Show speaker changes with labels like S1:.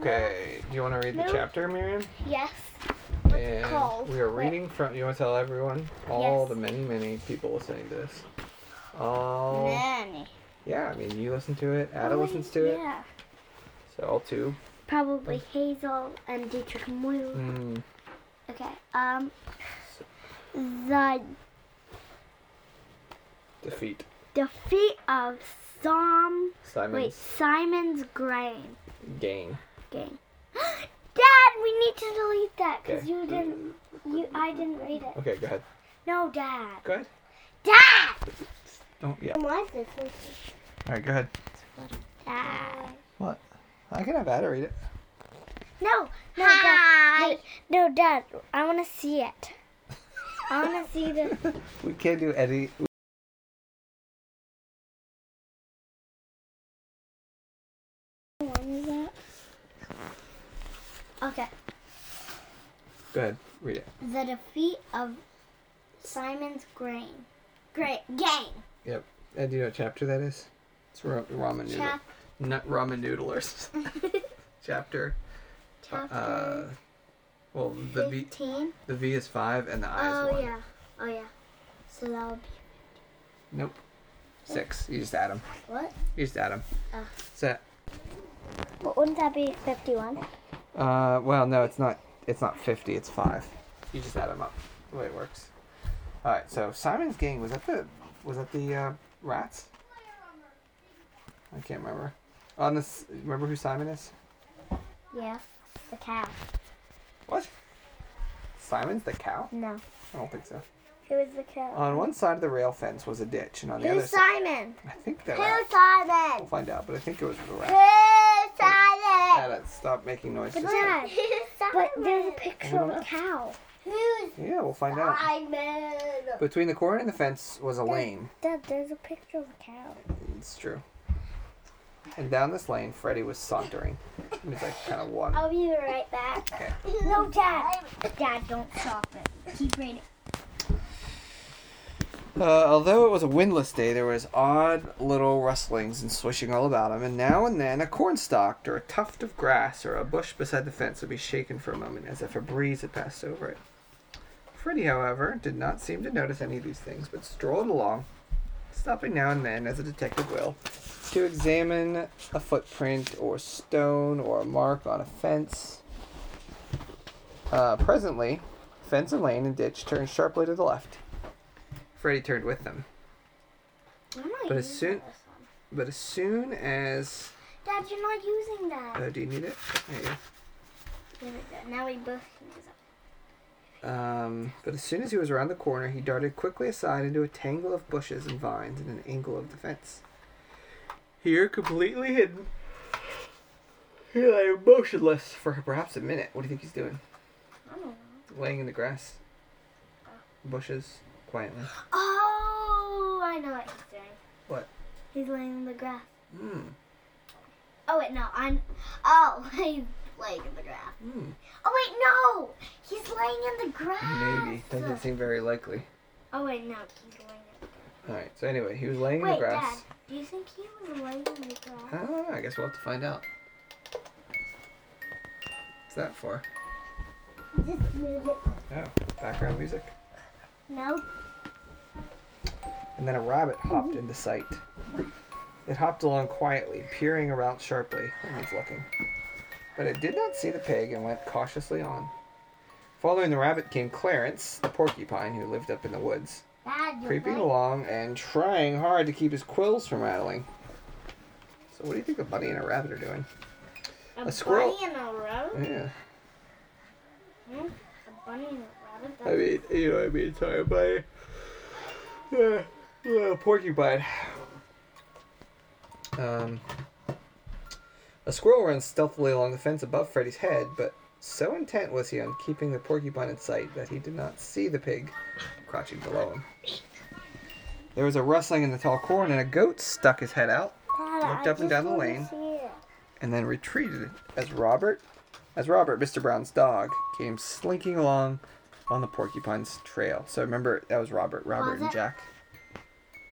S1: Okay. Do you want to read the
S2: No.
S1: chapter, Miriam?
S2: Yes. What's it
S1: And
S2: called?
S1: We are
S2: Wait.
S1: reading from. You want to tell everyone? All
S2: Yes.
S1: the many, many people listening to this. All.
S2: Nanny.
S1: Yeah, I mean, you listen to it. Ada
S2: Oh,
S1: listens to it.
S2: Yeah.
S1: So all two.
S2: Probably Hazel and Dietrich Moyle.
S1: Mm,
S2: Okay. Um. The
S1: defeat
S2: defeat of Psalm. Wait,
S1: Simon's
S2: Simon's grain.
S1: gain.
S2: Gang. Dad, we need to delete that because
S1: Okay. Mm.
S2: you didn't. You, I didn't read it.
S1: Okay, go ahead.
S2: No, Dad.
S1: Go ahead.
S2: Dad.
S1: Don't. Yeah.
S2: What?
S1: All right, go ahead.
S2: Dad.
S1: What? I can have Ada read it.
S2: No, no, Dad. Wait, No, Dad. I want to see it. I want to see the.
S1: We can't do Eddie.
S2: What is that? Okay.
S1: Go ahead. Read it.
S2: The defeat of Simon's grain. Great gang.
S1: Yep. And do you know what chapter that is? It's ra- ramen noodle.
S2: Chap-
S1: Not ramen noodlers. chapter.
S2: Chapter
S1: Uh. Well, the V.
S2: fifteen.
S1: The V is five, and the I is
S2: Oh
S1: one.
S2: yeah. Oh yeah. So that would be
S1: Nope. Six. You just add them.
S2: what?
S1: You just add them.
S2: Oh.
S1: Set.
S2: But wouldn't that be fifty-one?
S1: Uh, well, no, it's not. It's not fifty. It's five. You just add them up. The way it works. All right. So Simon's gang was that the was that the uh, rats? I can't remember. On this, remember who Simon is?
S2: Yeah. The cow.
S1: What? Simon's the cow?
S2: No.
S1: I don't think so.
S2: Who is the cow?
S1: On one side of the rail fence was a ditch, and on the other
S2: Who's
S1: side,
S2: Simon?
S1: I think the
S2: Who's
S1: rat. We'll
S2: Simon?
S1: find out, but I think it was the rat.
S2: Who's Simon?
S1: Adam, stop making noises.
S2: But Dad, but there's a picture
S1: don't
S2: of a
S1: know.
S2: cow. Who's
S1: Yeah, we'll find out.
S2: Simon?
S1: Between the corn and the fence was a lane.
S2: Dad, there's a picture of a cow.
S1: It's true. And down this lane, Freddy was sauntering. And he's like kind of one.
S2: I'll be right back.
S1: Okay.
S2: No, Dad. Dad, don't stop it. Keep reading.
S1: Uh, although it was a windless day, there was odd little rustlings and swishing all about him, and now and then a cornstalk or a tuft of grass or a bush beside the fence would be shaken for a moment as if a breeze had passed over it. Freddie, however, did not seem to notice any of these things, but strolled along, stopping now and then, as a detective will, to examine a footprint or stone or a mark on a fence. Uh, presently, fence and lane and ditch turned sharply to the left. Freddie turned with them.
S2: I'm not
S1: But as
S2: using
S1: soon-
S2: this one.
S1: But as soon as
S2: Dad, you're not using that.
S1: uh, do you need it? There
S2: Here we go. Now we both can use it.
S1: you go. Um, but as soon as he was around the corner, he darted quickly aside into a tangle of bushes and vines in an angle of the fence. Here, completely hidden, here I am motionless for perhaps a minute. What do you think he's doing?
S2: I don't know.
S1: Laying in the grass, bushes, quietly.
S2: Oh, I know what he's doing.
S1: What?
S2: He's laying in the grass.
S1: Hmm.
S2: Oh wait, no, I'm. Oh, he's laying in the grass.
S1: Hmm.
S2: Oh wait, no, he's laying in the grass.
S1: Maybe doesn't seem very likely.
S2: Oh wait, no, he's laying in the grass.
S1: All right. So anyway, he was laying in
S2: Wait,
S1: the grass.
S2: Dad, do you think he was laying in the grass?
S1: Ah, I guess we'll have to find out. What's that for?
S2: Just move it.
S1: Oh, background music.
S2: No.
S1: And then a rabbit hopped into sight. It hopped along quietly, peering around sharply when he's looking. But it did not see the pig and went cautiously on. Following the rabbit came Clarence, the porcupine who lived up in the woods,
S2: Dad, you're
S1: creeping
S2: laying-
S1: along and trying hard to keep his quills from rattling. So, what do you think a bunny and a rabbit are doing?
S2: A,
S1: squirrel-
S2: bunny and a rabbit.
S1: Yeah.
S2: Hmm? A bunny and a rabbit.
S1: I mean, you know what I mean? Sorry, but uh, uh, porcupine. Um, a squirrel ran stealthily along the fence above Freddy's head, but so intent was he on keeping the porcupine in sight that he did not see the pig crouching below him. There was a rustling in the tall corn, and a goat stuck his head out
S2: Dad,
S1: looked
S2: I
S1: up
S2: just
S1: and down the
S2: wanna
S1: lane.
S2: see it.
S1: and then retreated as Robert, as Robert, Mr. Brown's dog, came slinking along on the porcupine's trail. So remember that was Robert, Robert and
S2: Robert?
S1: Jack.